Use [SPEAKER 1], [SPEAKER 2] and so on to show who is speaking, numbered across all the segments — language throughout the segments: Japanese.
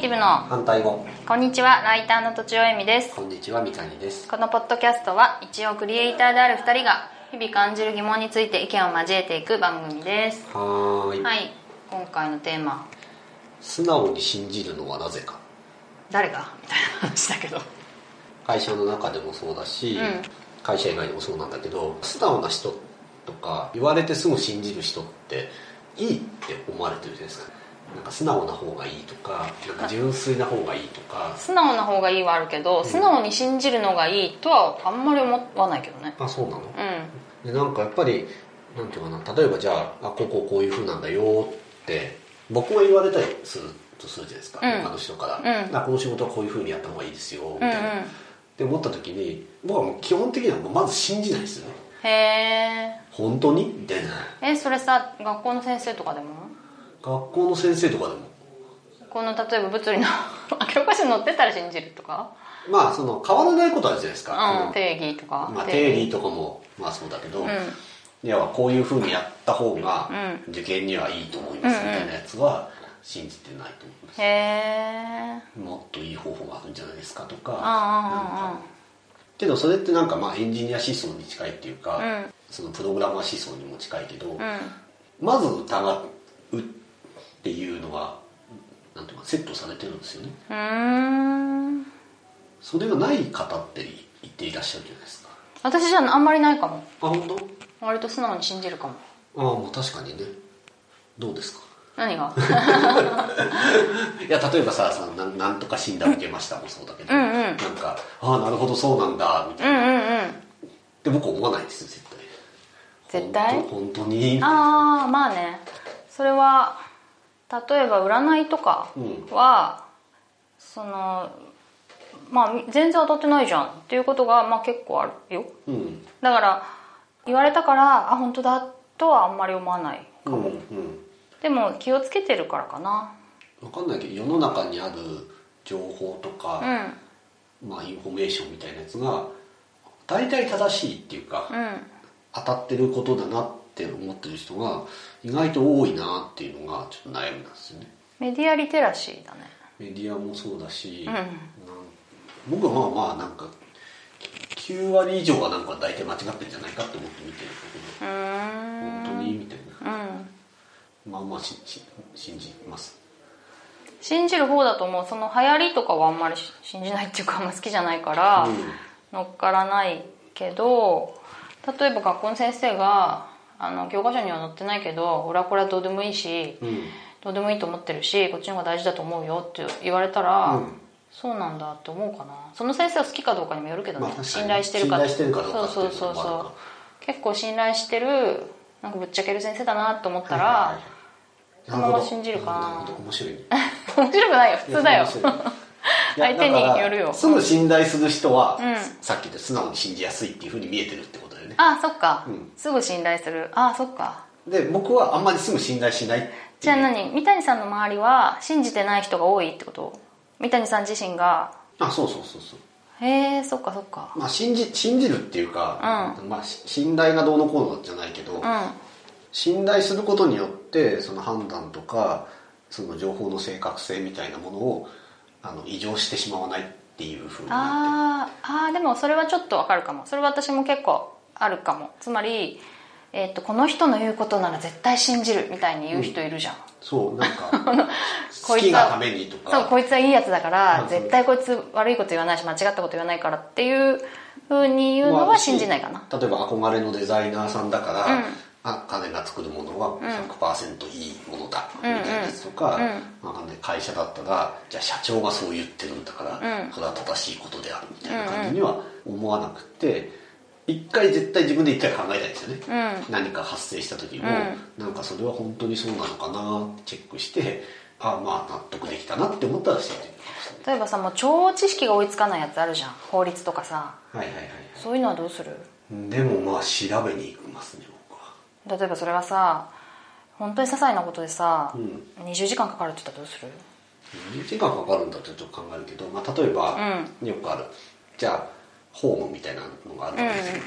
[SPEAKER 1] ティブの
[SPEAKER 2] 反対語
[SPEAKER 1] こんにちはライターのとちおえみです
[SPEAKER 2] こんにちは三谷です
[SPEAKER 1] このポッドキャストは一応クリエイターである2人が日々感じる疑問について意見を交えていく番組です
[SPEAKER 2] はーい
[SPEAKER 1] はい今回のテーマ
[SPEAKER 2] 素直に信じるのはなぜか
[SPEAKER 1] 誰がみたいな話だけど
[SPEAKER 2] 会社の中でもそうだし、
[SPEAKER 1] うん
[SPEAKER 2] 会社以外でもそうなんだけど素直な人とか言われてすぐ信じる人っていいって思われてるじゃないですかなんか素直な方がいいとかなんか純粋な方がいいとか
[SPEAKER 1] 素直な方がいいはあるけど素直に信じるのがいいとはあんまり思わないけどね
[SPEAKER 2] あそうなの
[SPEAKER 1] う
[SPEAKER 2] でなんかやっぱりなんていうかな例えばじゃああこうこうこういうふうなんだよって僕は言われたりするとするじゃないですか、
[SPEAKER 1] うん
[SPEAKER 2] 他の人か
[SPEAKER 1] う
[SPEAKER 2] ら、
[SPEAKER 1] ん
[SPEAKER 2] あこの仕事はこういうふうにやった方がいいですよみ
[SPEAKER 1] んう
[SPEAKER 2] た
[SPEAKER 1] ん
[SPEAKER 2] いな、って思った時に僕はもう基本的にはもうまず信じないですよね
[SPEAKER 1] へえ
[SPEAKER 2] 本当にみたいな
[SPEAKER 1] えそれさ学校の先生とかでも
[SPEAKER 2] 学校の先生とかでも
[SPEAKER 1] この例えば物理の 教科書に載ってたら信じるとか、
[SPEAKER 2] まあその変わらないことあるじゃないですか、あ
[SPEAKER 1] う
[SPEAKER 2] の
[SPEAKER 1] ん、定義とか、
[SPEAKER 2] まあ、定理とかもまあそうだけど、
[SPEAKER 1] うん
[SPEAKER 2] いやこういうふうにやった方が
[SPEAKER 1] う
[SPEAKER 2] 受験にはいいと思いますみたいなやつは信じてないと思います、
[SPEAKER 1] へえ
[SPEAKER 2] もっといい方法があるんじゃないですかとかなん
[SPEAKER 1] ああ
[SPEAKER 2] かけどそれってなんかまあエンジニア思想に近いっていうか、
[SPEAKER 1] うん
[SPEAKER 2] そのプログラマー思想にも近いけど、
[SPEAKER 1] うんうん
[SPEAKER 2] まず疑うっていうのがなんていうかセットされてるんですよね
[SPEAKER 1] うーん
[SPEAKER 2] それがない方って言っていらっしゃるじゃないですか
[SPEAKER 1] 私じゃあんまりないかも
[SPEAKER 2] あ本当
[SPEAKER 1] 割と素直に信じるかも
[SPEAKER 2] ああもう確かにねどうですか
[SPEAKER 1] 何が
[SPEAKER 2] いや例えばささなんなんとか診断受けましたもそうだけど、
[SPEAKER 1] うんうん
[SPEAKER 2] なんかああなるほどそうなんだみた
[SPEAKER 1] う
[SPEAKER 2] い
[SPEAKER 1] ん
[SPEAKER 2] な、
[SPEAKER 1] う
[SPEAKER 2] っ
[SPEAKER 1] んうん
[SPEAKER 2] て僕思わないですよ絶対
[SPEAKER 1] 絶対
[SPEAKER 2] 本当本当に
[SPEAKER 1] ああまあねそれは例えば占いとかは、そのまあ全然当たってないじゃんっていうことが、まあ、結構あるよ
[SPEAKER 2] うん
[SPEAKER 1] だから言われたからあ本当だとはあんまり思わない
[SPEAKER 2] うんうん
[SPEAKER 1] でも気をつけてるからかな
[SPEAKER 2] 分かんないけど世の中にある情報とか、
[SPEAKER 1] うん
[SPEAKER 2] まあ、インフォメーションみたいなやつが大体正しいっていうか、
[SPEAKER 1] うん
[SPEAKER 2] 当たってることだなって思ってる人が意外と多いなっていうのがちょっと悩みなんですよね
[SPEAKER 1] メディアリテラシーだね
[SPEAKER 2] メディアもそうだし、
[SPEAKER 1] うん
[SPEAKER 2] なん僕はまあまあなんか9割以上はなんか大体間違ってるんじゃないかって思って見てる
[SPEAKER 1] う
[SPEAKER 2] んだけど
[SPEAKER 1] ーん
[SPEAKER 2] 本当にみたいな
[SPEAKER 1] うん
[SPEAKER 2] まあまあしし信じます
[SPEAKER 1] 信じる方だと思うその流行りとかはあんまりし信じないっていうかあんま好きじゃないから、
[SPEAKER 2] うん
[SPEAKER 1] 乗っからないけど例えば学校の先生があの教科書には載ってないけど俺はこれはどうでもいいし
[SPEAKER 2] うん
[SPEAKER 1] どうでもいいと思ってるしこっちの方が大事だと思うよって言われたら、
[SPEAKER 2] うん
[SPEAKER 1] そうなんだって思うかなその先生を好きかどうかにもよるけどね、
[SPEAKER 2] まあ確かに
[SPEAKER 1] 信頼してるか
[SPEAKER 2] 信頼してるかどうかって
[SPEAKER 1] そうそうそう
[SPEAKER 2] いうのもある
[SPEAKER 1] そ
[SPEAKER 2] か
[SPEAKER 1] う結構信頼してるなんかぶっちゃける先生だなと思ったら、
[SPEAKER 2] はいはいはい
[SPEAKER 1] そのまま信じるかな
[SPEAKER 2] るほど 面白いね
[SPEAKER 1] 面白くないよ普通だよ
[SPEAKER 2] いや面白い
[SPEAKER 1] 相手に
[SPEAKER 2] いやだから
[SPEAKER 1] よるよ
[SPEAKER 2] すぐ信頼する人は、
[SPEAKER 1] うん
[SPEAKER 2] さっき言った素直に信じやすいっていうふうに見えてるってことだよね
[SPEAKER 1] あそっか、
[SPEAKER 2] うん
[SPEAKER 1] すぐ信頼するあそっか
[SPEAKER 2] で僕はあんまりすぐ信頼しないっていう
[SPEAKER 1] じゃあ何三谷さんの周りは信じてない人が多いってこと三谷さん自身が
[SPEAKER 2] あそうそうそうそう
[SPEAKER 1] へえそっかそっか
[SPEAKER 2] まあ信じ信じるっていうか、まあし信頼がどうのこうのじゃないけど、
[SPEAKER 1] うん
[SPEAKER 2] 信頼することによってその判断とかその情報の正確性みたいなものをあの異常してしまわないっていうふうになって
[SPEAKER 1] あーあーでもそれはちょっとわかるかもそれは私も結構あるかもつまり、えー、とこの人の言うことなら絶対信じるみたいに言う人いるじゃん、
[SPEAKER 2] そうなんか
[SPEAKER 1] こ
[SPEAKER 2] 好
[SPEAKER 1] いつは
[SPEAKER 2] きがためにとか
[SPEAKER 1] そうこいつはいいやつだか
[SPEAKER 2] う
[SPEAKER 1] ら
[SPEAKER 2] ん
[SPEAKER 1] 絶対こいつ悪いこと言わないし間違ったこと言わないからっていうふうに言うのは信じないかな
[SPEAKER 2] 例えば憧れのデザイナーさんだから、
[SPEAKER 1] うん
[SPEAKER 2] あ彼が作るものは100%いいものだ、みたいなやつとか、
[SPEAKER 1] うん
[SPEAKER 2] わかんない会社だったらじゃあ社長がそう言ってるんだから、
[SPEAKER 1] うん
[SPEAKER 2] それは正しいことであるみたいな感じには思わなくて一回絶対自分で一回考えたいですよね、
[SPEAKER 1] う
[SPEAKER 2] 何か発生した時も、
[SPEAKER 1] うん
[SPEAKER 2] なんかそれは本当にそうなのかなってチェックしてあまあ納得できたなって思ったらしてる
[SPEAKER 1] 例えばさもう超知識が追いつかないやつあるじゃん法律とかさ
[SPEAKER 2] はいはいはい
[SPEAKER 1] そういうのはどうする
[SPEAKER 2] はいでもまあ調べに行きますね僕は
[SPEAKER 1] 例えばそれがさ本当に些細なことでさ、
[SPEAKER 2] うん
[SPEAKER 1] 20時間かかるって言ったらどうする
[SPEAKER 2] 時間かかるんだってちょっと考えるけど、まあ、例えば、よくあるじゃあホームみたいなのがあるんですよ、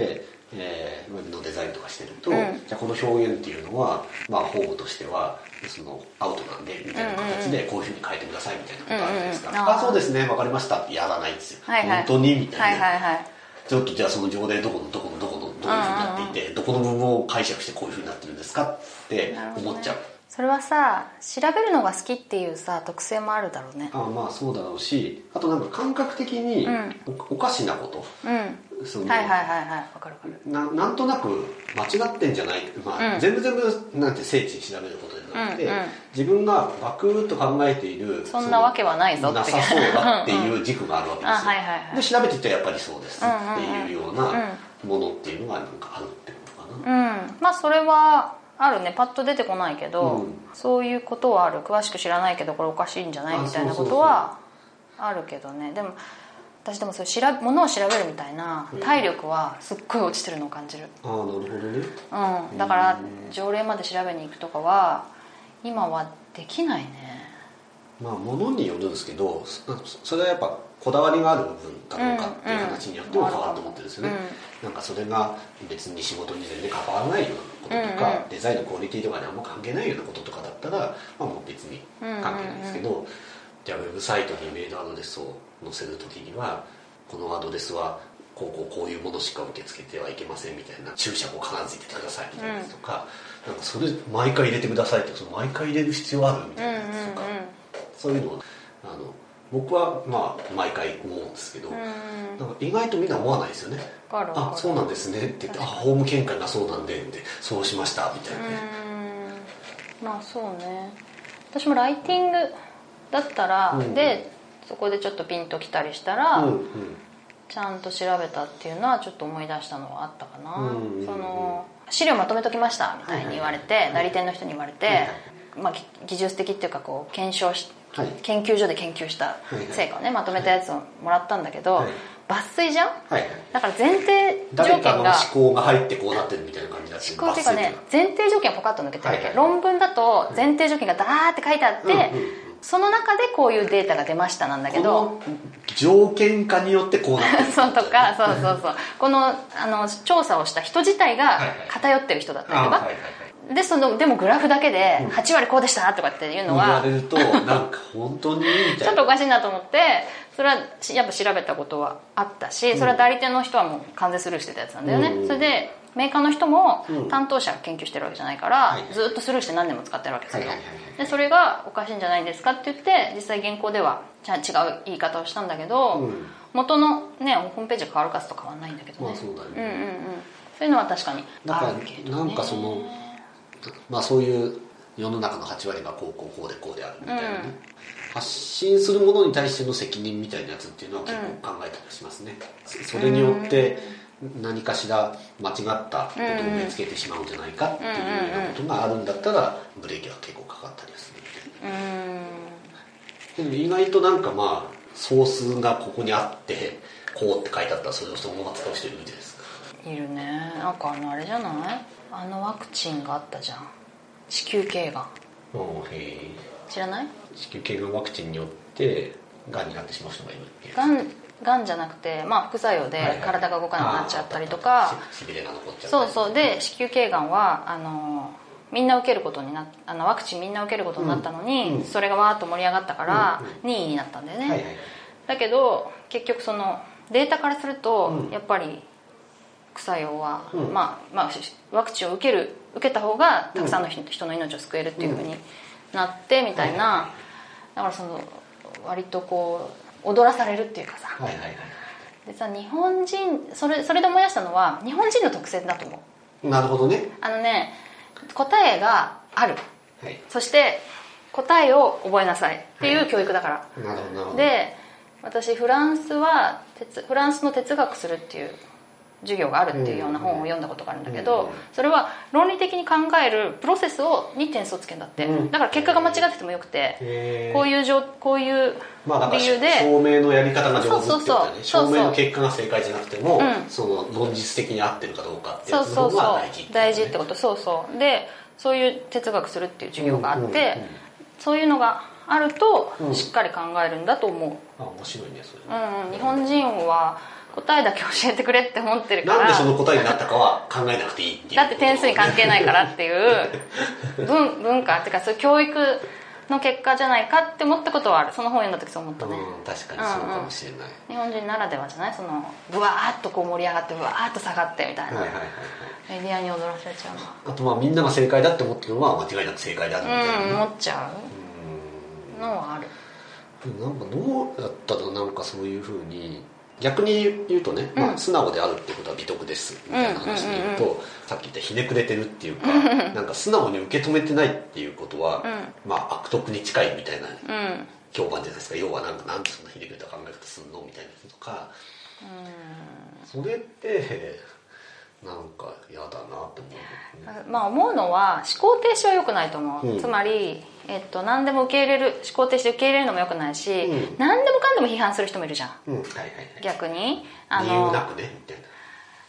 [SPEAKER 2] でえー、ウェブのデザインとかしてると、
[SPEAKER 1] うん
[SPEAKER 2] じゃあこの表現っていうのは、まあ、ホームとしてはそのアウトなんでみたいな形でこういうふうに変えてくださいみたいなことあるじゃないですか、
[SPEAKER 1] うんうんうんあー
[SPEAKER 2] あそうですねわかりましたやらないんですよ、
[SPEAKER 1] はいはい
[SPEAKER 2] 本当にみたいな、
[SPEAKER 1] はいはいはい
[SPEAKER 2] ちょっとじゃあその条例どこのどこのどこのどういうふうになっていて、どこの部分を解釈してこういうふうになってるんですかって
[SPEAKER 1] なるほどね
[SPEAKER 2] 思っちゃう、
[SPEAKER 1] それはさ調べるのが好きっていうさ特性もあるだろうね
[SPEAKER 2] あまあそうだろうしあとなんか感覚的に
[SPEAKER 1] うん
[SPEAKER 2] お,、かしなこと
[SPEAKER 1] うん
[SPEAKER 2] その、
[SPEAKER 1] はいはいはいはいわかるわかる
[SPEAKER 2] ななんとなく間違ってんじゃない、まあ
[SPEAKER 1] うん
[SPEAKER 2] 全部全部なんて精緻に調べることじゃなくて、
[SPEAKER 1] うんうん
[SPEAKER 2] 自分がバクッと考えている
[SPEAKER 1] そんなわけはないぞ
[SPEAKER 2] な
[SPEAKER 1] って
[SPEAKER 2] さそうだって
[SPEAKER 1] うんうん
[SPEAKER 2] いう軸があるわけですよ、
[SPEAKER 1] あはいはいはい
[SPEAKER 2] で調べていったらやっぱりそうです
[SPEAKER 1] うんうん
[SPEAKER 2] って
[SPEAKER 1] うん
[SPEAKER 2] いうようなものっていうのがなんかあるってことかな、
[SPEAKER 1] うんまあそれはあるねパッと出てこないけど、
[SPEAKER 2] うん
[SPEAKER 1] そういうことはある詳しく知らないけどこれおかしいんじゃない
[SPEAKER 2] あ
[SPEAKER 1] みたいなことはあるけどねでも私でもそういう調べ物を調べるみたいな体力はすっごい落ちてるのを感じる、
[SPEAKER 2] ああなるほどね
[SPEAKER 1] うん、だから条例まで調べに行くとかは今はできないね
[SPEAKER 2] まあ物によるんですけどそそれはやっぱこだわりがある部分かどうかっていう話によっても変わると思ってるんですよね、
[SPEAKER 1] うんうん
[SPEAKER 2] なんかそれが別に仕事に全然関わらないようなこととか、
[SPEAKER 1] うんうん
[SPEAKER 2] デザインのクオリティとかにあんま関係ないようなこととかだったら、まあ、もう別に関係ないんですけど、じゃあウェブサイトにメールアドレスを載せる時にはこのアドレスはこうこうこういうものしか受け付けてはいけませんみたいな注釈を必ず入れてくださいみたいなやつとか、なんかそれ毎回入れてくださいってその毎回入れる必要あるみ
[SPEAKER 1] う
[SPEAKER 2] た
[SPEAKER 1] んうん
[SPEAKER 2] いうなんやつとか、そういうのはあの僕はまあ毎回思うんですけど、
[SPEAKER 1] んうん
[SPEAKER 2] なんか意外とみんな思わないですよね「
[SPEAKER 1] わかるわ
[SPEAKER 2] あ
[SPEAKER 1] かる
[SPEAKER 2] そうなんですね」って言って「あホーム見解がそうなんで」って「そうしました」みたいなね、
[SPEAKER 1] うんまあそうね私もライティングだったら、
[SPEAKER 2] うん
[SPEAKER 1] でそこでちょっとピンときたりしたら、
[SPEAKER 2] うんうん
[SPEAKER 1] ちゃんと調べたっていうのはちょっと思い出したのはあったかな、
[SPEAKER 2] うん
[SPEAKER 1] その資料まとめときましたみたいに言われて、
[SPEAKER 2] はいはいはい
[SPEAKER 1] 代理店の人に言われて、
[SPEAKER 2] はいはい
[SPEAKER 1] まあ、ぎ技術的っていうかこう検証し
[SPEAKER 2] はい
[SPEAKER 1] 研究所で研究した
[SPEAKER 2] いはい
[SPEAKER 1] 成果をねまとめたやつをもらったんだけど、
[SPEAKER 2] はい
[SPEAKER 1] 抜粋じゃん
[SPEAKER 2] はいはい
[SPEAKER 1] だから前提条
[SPEAKER 2] 誰
[SPEAKER 1] 件
[SPEAKER 2] かの
[SPEAKER 1] が
[SPEAKER 2] 思考が入ってこうなってるみたいな感じだって
[SPEAKER 1] 思考っていうかね前提条件はポカッと抜けてるわけ、
[SPEAKER 2] はいはい
[SPEAKER 1] 論文だと前提条件がダーって書いてあって、
[SPEAKER 2] うんうんうん
[SPEAKER 1] その中でこういうデータが出ましたなんだけ
[SPEAKER 2] こ
[SPEAKER 1] ど
[SPEAKER 2] の条件下によってこうなって る
[SPEAKER 1] そうとかそうそうそうこのあの調査をした人自体が
[SPEAKER 2] はいはい
[SPEAKER 1] 偏ってる人だったり
[SPEAKER 2] あ
[SPEAKER 1] と
[SPEAKER 2] はい
[SPEAKER 1] か、
[SPEAKER 2] はいはい
[SPEAKER 1] でそのでもグラフだけで
[SPEAKER 2] うん
[SPEAKER 1] 8割こうでしたとかっていう
[SPEAKER 2] 言
[SPEAKER 1] のは
[SPEAKER 2] われるとなんか本当にみたいな
[SPEAKER 1] ちょっとおかしいなと思ってそれはしやっぱ調べたことはあったしそれは代理店の人はもう完全スルーしてたやつなんだよね、
[SPEAKER 2] うん
[SPEAKER 1] それでメーカーの人も
[SPEAKER 2] うん
[SPEAKER 1] 担当者が研究してるわけじゃないか
[SPEAKER 2] は
[SPEAKER 1] ら
[SPEAKER 2] いはい
[SPEAKER 1] ずっとスルーして何年も使ってるわけですよ
[SPEAKER 2] はいはいはいはい
[SPEAKER 1] でそれがおかしいんじゃないですかって言って実際原稿ではじゃあ違う言い方をしたんだけど、
[SPEAKER 2] うん
[SPEAKER 1] 元のねホームページが変わる数と変わらないんだけどね、
[SPEAKER 2] まあそうだよね
[SPEAKER 1] んうんうんそういうのは確かに
[SPEAKER 2] だから
[SPEAKER 1] あるけど、ね、
[SPEAKER 2] なんかそのまあ、そういう世の中の8割がこうこうこうでこうであるみたいなね、
[SPEAKER 1] うん
[SPEAKER 2] 発信するものに対しての責任みたいなやつっていうのは結構考えたりしますね、そそれによって何かしら間違ったことを見つけてしまうんじゃないかっていうようなことがあるんだったらブレーキは結構かかったりはするみ
[SPEAKER 1] うん
[SPEAKER 2] たいなでも意外となんかまあ総数がここにあってこうって書いてあったらそれをそのまま使う人いるじゃないですか
[SPEAKER 1] いるねなんかあのあれじゃないあのワクチンがあったじゃん子宮頸がん
[SPEAKER 2] うんへえ
[SPEAKER 1] 知らない
[SPEAKER 2] 子宮頸がんワクチンによってがんになってしまう人がいるっていう
[SPEAKER 1] がんがんじゃなくて、まあ、副作用で体が動かなくなっちゃったりとか、
[SPEAKER 2] しびれが残っちゃったり
[SPEAKER 1] そうそうで子宮頸がんはあのみんな受けることになっあのワクチンみんな受けることになったのに、
[SPEAKER 2] うんうん
[SPEAKER 1] それがわーっと盛り上がったから、
[SPEAKER 2] う
[SPEAKER 1] 2位になったんだよね、
[SPEAKER 2] はいはい
[SPEAKER 1] だけど結局そのデータからすると、
[SPEAKER 2] うん
[SPEAKER 1] やっぱり副作用は、
[SPEAKER 2] うん
[SPEAKER 1] まあまあ、しワクチンを受ける受けた方がたくさんの人,、人の命を救えるっていうふうになってみたいな、だからその割とこう踊らされるっていうかさ、
[SPEAKER 2] はいはいはい
[SPEAKER 1] でさ日本人それそれで思い出したのは日本人の特性だと思う
[SPEAKER 2] なるほどね
[SPEAKER 1] あのね答えがある
[SPEAKER 2] はい
[SPEAKER 1] そして答えを覚えなさいっていう教育だから、
[SPEAKER 2] なるほどなるほど
[SPEAKER 1] で私フランスは哲フランスの哲学するっていう授業があるっていうような本を読んだことがあるんだけど、
[SPEAKER 2] うん
[SPEAKER 1] それは論理的に考えるプロセスをに点数をつけるんだって、
[SPEAKER 2] うん
[SPEAKER 1] だから結果が間違っててもよくて、
[SPEAKER 2] へー
[SPEAKER 1] こういう状こういう
[SPEAKER 2] まあだから
[SPEAKER 1] 理由で、
[SPEAKER 2] 証明のやり方が上手っていうことだね
[SPEAKER 1] そうそうそう
[SPEAKER 2] 証明の結果が正解じゃなくても、
[SPEAKER 1] うん
[SPEAKER 2] その論実的に合ってるかどうかってい
[SPEAKER 1] そ
[SPEAKER 2] う
[SPEAKER 1] う
[SPEAKER 2] の
[SPEAKER 1] そうそ
[SPEAKER 2] が大事
[SPEAKER 1] う大事って
[SPEAKER 2] こ
[SPEAKER 1] ことそうそうでそういう哲学するっていう授業があって、
[SPEAKER 2] うんうんうん
[SPEAKER 1] そういうのがあると
[SPEAKER 2] うん
[SPEAKER 1] しっかり考えるんだと思う、
[SPEAKER 2] とあ面白いねそれ
[SPEAKER 1] うんうん日本人は答えだけ教えてくれって思ってるから
[SPEAKER 2] なんでその答えになったかは考えなくていいっていう
[SPEAKER 1] だって点数に関係ないからっていう文文化っていうかそういう教育の結果じゃないかって思ったことはあるその本読んだ時そう思ったね、
[SPEAKER 2] うん、確かにそうかもしれない、
[SPEAKER 1] 日本人ならではじゃないそのブワーッとこう盛り上がってブワーッと下がってみたいな、
[SPEAKER 2] はいはいはいはい
[SPEAKER 1] メディアに踊らせちゃう
[SPEAKER 2] あとまあみんなが正解だって思ってるのは間違いなく正解だみたいな、
[SPEAKER 1] なうん思っちゃうのはある
[SPEAKER 2] なんかどうやったらなんかそういうふうに逆に言うとね、まあ、素直であるってことは美徳ですみたいな話で言うと、
[SPEAKER 1] うん
[SPEAKER 2] さっき言ったひねくれてるっていうかなんか素直に受け止めてないっていうことは、まあ悪徳に近いみたいな
[SPEAKER 1] うんうん
[SPEAKER 2] 評判じゃないですか要はなんかなんでそんなひねくれた考え方すんのみたいなことかそれってなんか嫌だなって思う、ね、
[SPEAKER 1] まあ思うのは思考停止は良くないと思う、
[SPEAKER 2] うん
[SPEAKER 1] つまり、えっと、何でも受け入れる思考停止で受け入れるのも良くないし、
[SPEAKER 2] うん
[SPEAKER 1] 何でもかんでも批判する人もいるじゃん
[SPEAKER 2] うんはいはい
[SPEAKER 1] 逆に
[SPEAKER 2] は
[SPEAKER 1] あ
[SPEAKER 2] い理由
[SPEAKER 1] の
[SPEAKER 2] なくねみたいな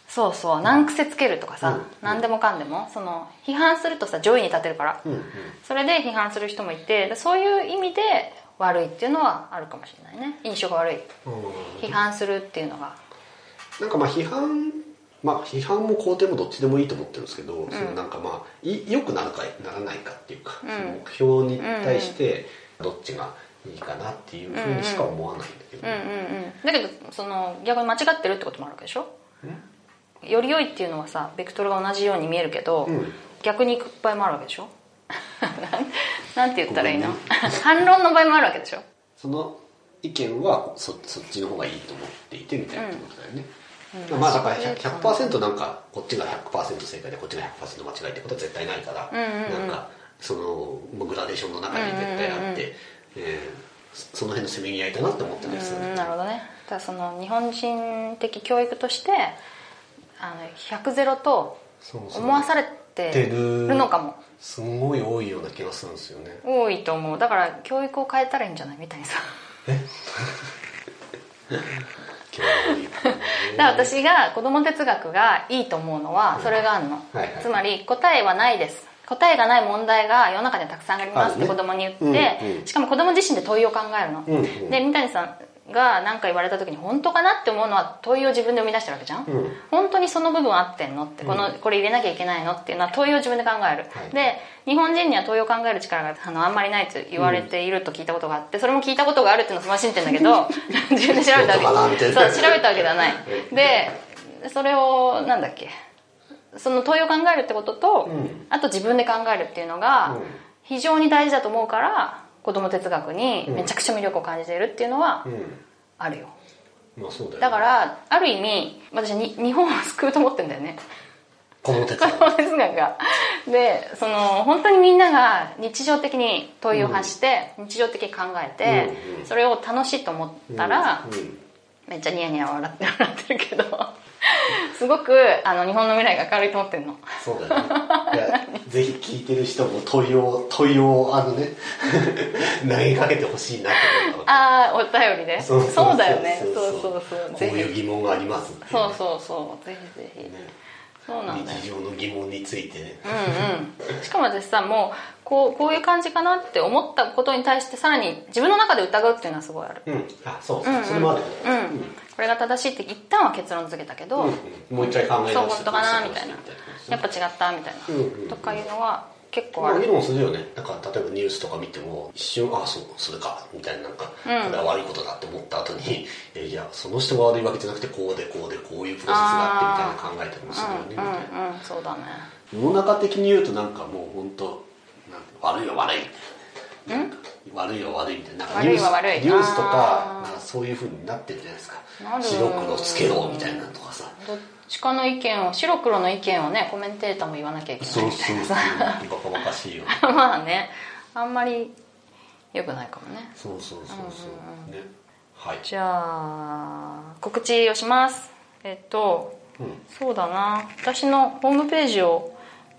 [SPEAKER 1] そうそう難癖つけるとかさ、
[SPEAKER 2] うん
[SPEAKER 1] 何でもかんでもその批判するとさ上位に立てるから、
[SPEAKER 2] うんうん
[SPEAKER 1] それで批判する人もいてでそういう意味で悪いっていうのはあるかもしれないね印象が悪い
[SPEAKER 2] うん
[SPEAKER 1] 批判するっていうのが
[SPEAKER 2] なんかまあ批判まあ批判も肯定もどっちでもいいと思ってるんですけど、そのなんかまあい良くなるかならないかっていうか、
[SPEAKER 1] ん
[SPEAKER 2] その目標に対してどっちがいいかなっていうふうにしか思わないんだけど、
[SPEAKER 1] うんうんうんだけどその逆に間違ってるってこともあるわけでしょより良いっていうのはさベクトルが同じように見えるけど、
[SPEAKER 2] うん
[SPEAKER 1] 逆に行く場合もあるわけでしょ なんなんて言ったらいいの 反論の場合もあるわけでしょ
[SPEAKER 2] その意見はそそっちの方がいいと思っていてみたいなことだよね、まあだから100 100%なんかこっちが100%正解でこっちが100%間違いってことは絶対ないから、なんかそのグラデーションの中に絶対あって、えーそその辺のせめぎ合いだなって思ってます、
[SPEAKER 1] うんなるほどねただその日本人的教育としてあの100ゼロと
[SPEAKER 2] そうそう
[SPEAKER 1] 思わされてるのかも
[SPEAKER 2] すごい多いような気がするんですよね
[SPEAKER 1] 多いと思うだから教育を変えたらいいんじゃないみたいにさ
[SPEAKER 2] 今日は多いかな
[SPEAKER 1] だから私が子ども哲学がいいと思うのはそれがあるの、
[SPEAKER 2] はいはい
[SPEAKER 1] つまり答えはないです答えがない問題が世の中にはたくさんありますっ
[SPEAKER 2] あるね
[SPEAKER 1] て子供に言って、
[SPEAKER 2] うんうん
[SPEAKER 1] しかも子供自身で問いを考えるの、
[SPEAKER 2] うんうん
[SPEAKER 1] で三谷さんが何か言われた時に本当かなって思うのは問いを自分で生み出してるわけじゃん、
[SPEAKER 2] うん
[SPEAKER 1] 本当にその部分合ってんのってこの、これ入れなきゃいけないのっていうのは問いを自分で考える、
[SPEAKER 2] はい
[SPEAKER 1] で日本人には問いを考える力があのあんまりないと言われていると聞いたことがあって、それも聞いたことがあるっていうのはそのま信じてんだけ ど自分で調べた
[SPEAKER 2] 本当かな
[SPEAKER 1] わ
[SPEAKER 2] み
[SPEAKER 1] け
[SPEAKER 2] たい
[SPEAKER 1] そう
[SPEAKER 2] な
[SPEAKER 1] 調べたわけではないでそれをなんだっけその問いを考えるってことと、
[SPEAKER 2] うん
[SPEAKER 1] あと自分で考えるっていうのが
[SPEAKER 2] うん
[SPEAKER 1] 非常に大事だと思うから子供哲学にめちゃくちゃ魅力を感じているっていうのは
[SPEAKER 2] う
[SPEAKER 1] あるよ
[SPEAKER 2] んまあそうだよね
[SPEAKER 1] だからある意味私に日本を救うと思ってんだよね
[SPEAKER 2] この手つ
[SPEAKER 1] 子供哲学がでその本当にみんなが日常的に問いを発して、日常的に考えて、
[SPEAKER 2] うんうん
[SPEAKER 1] それを楽しいと思ったら、
[SPEAKER 2] うんうん
[SPEAKER 1] めっちゃニヤニヤ笑って笑ってるけど すごくあの日本の未来が明るいと思ってるの
[SPEAKER 2] そうだね。いや、ぜひ聞いてる人も問いを、問いを、あのね、 投げかけてほしいなと思ったわ
[SPEAKER 1] ああお便りで
[SPEAKER 2] け
[SPEAKER 1] そうだよねそうそうそう
[SPEAKER 2] こう
[SPEAKER 1] ぜ
[SPEAKER 2] いう
[SPEAKER 1] ひ
[SPEAKER 2] 疑問がありますってい
[SPEAKER 1] そうそうそうぜひぜひ、
[SPEAKER 2] ね
[SPEAKER 1] そうなんだよ
[SPEAKER 2] 日常の疑問についてね。
[SPEAKER 1] うんうん、しかも私さもうこうこういう感じかなって思ったことに対してさらに自分の中で疑うっていうのはすごいある、
[SPEAKER 2] うん。あ、そうそう。それもあるよね。
[SPEAKER 1] うんこれが正しいって一旦は結論付けたけど、
[SPEAKER 2] うんもう一回考え
[SPEAKER 1] そう
[SPEAKER 2] 直
[SPEAKER 1] 本
[SPEAKER 2] して
[SPEAKER 1] 当かなみたいなやっぱ違ったみたいな、
[SPEAKER 2] うんうん
[SPEAKER 1] とかいうのは結構
[SPEAKER 2] ま
[SPEAKER 1] あ
[SPEAKER 2] あ、
[SPEAKER 1] る
[SPEAKER 2] 議論するよねなんか例えばニュースとか見ても一瞬ああそうそれかみたいななんか、これは悪いことだって思った後に えいやその人が悪いわけじゃなくてこうでこうでこういうプロセスがあってみたいな考えたりもするよねみたいな、
[SPEAKER 1] うんうんそうだね
[SPEAKER 2] 世の中的に言うとなんかもう本当なんか悪いは悪いなんか悪いは悪いみたいななんかニュー
[SPEAKER 1] 悪
[SPEAKER 2] ス
[SPEAKER 1] いは悪い
[SPEAKER 2] ニュースと
[SPEAKER 1] あ
[SPEAKER 2] か
[SPEAKER 1] ー
[SPEAKER 2] なんかそういうふうになってるじゃないですか
[SPEAKER 1] なる
[SPEAKER 2] 白黒つけろみたいなのとかさ
[SPEAKER 1] どっちかの意見を白黒の意見をねコメンテーターも言わなきゃいけない
[SPEAKER 2] そうそうそうバカバカしいよね
[SPEAKER 1] まあねあんまり良くないかもね
[SPEAKER 2] そうそうそうそうねはい
[SPEAKER 1] じゃあ告知をしますえっと
[SPEAKER 2] うん
[SPEAKER 1] そうだな私のホームページを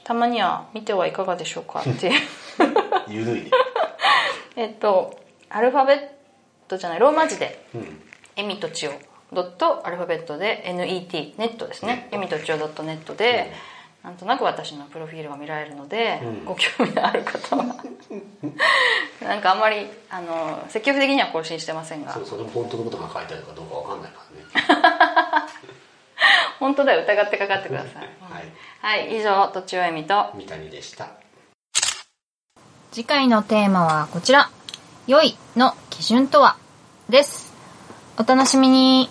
[SPEAKER 1] たまには見てはいかがでしょうかっていう
[SPEAKER 2] ゆるいね
[SPEAKER 1] えっとアルファベットじゃないローマ字で
[SPEAKER 2] うん
[SPEAKER 1] 「エミとチオ」ドットアルファベットで NET ネットですね「エミとチオ」ドットネットで、なんとなく私のプロフィールが見られるので、
[SPEAKER 2] うん
[SPEAKER 1] ご興味のある方 はなんかあんまりあの積極的には更新してませんが
[SPEAKER 2] そうそれも本当のことが書いてあるかどうかわかんないからね
[SPEAKER 3] 本当だよ疑ってかかってください
[SPEAKER 2] はい
[SPEAKER 3] はい以上とちおえみと
[SPEAKER 2] 三谷でした
[SPEAKER 1] 次回のテーマはこちら。良いの基準とはです。お楽しみに。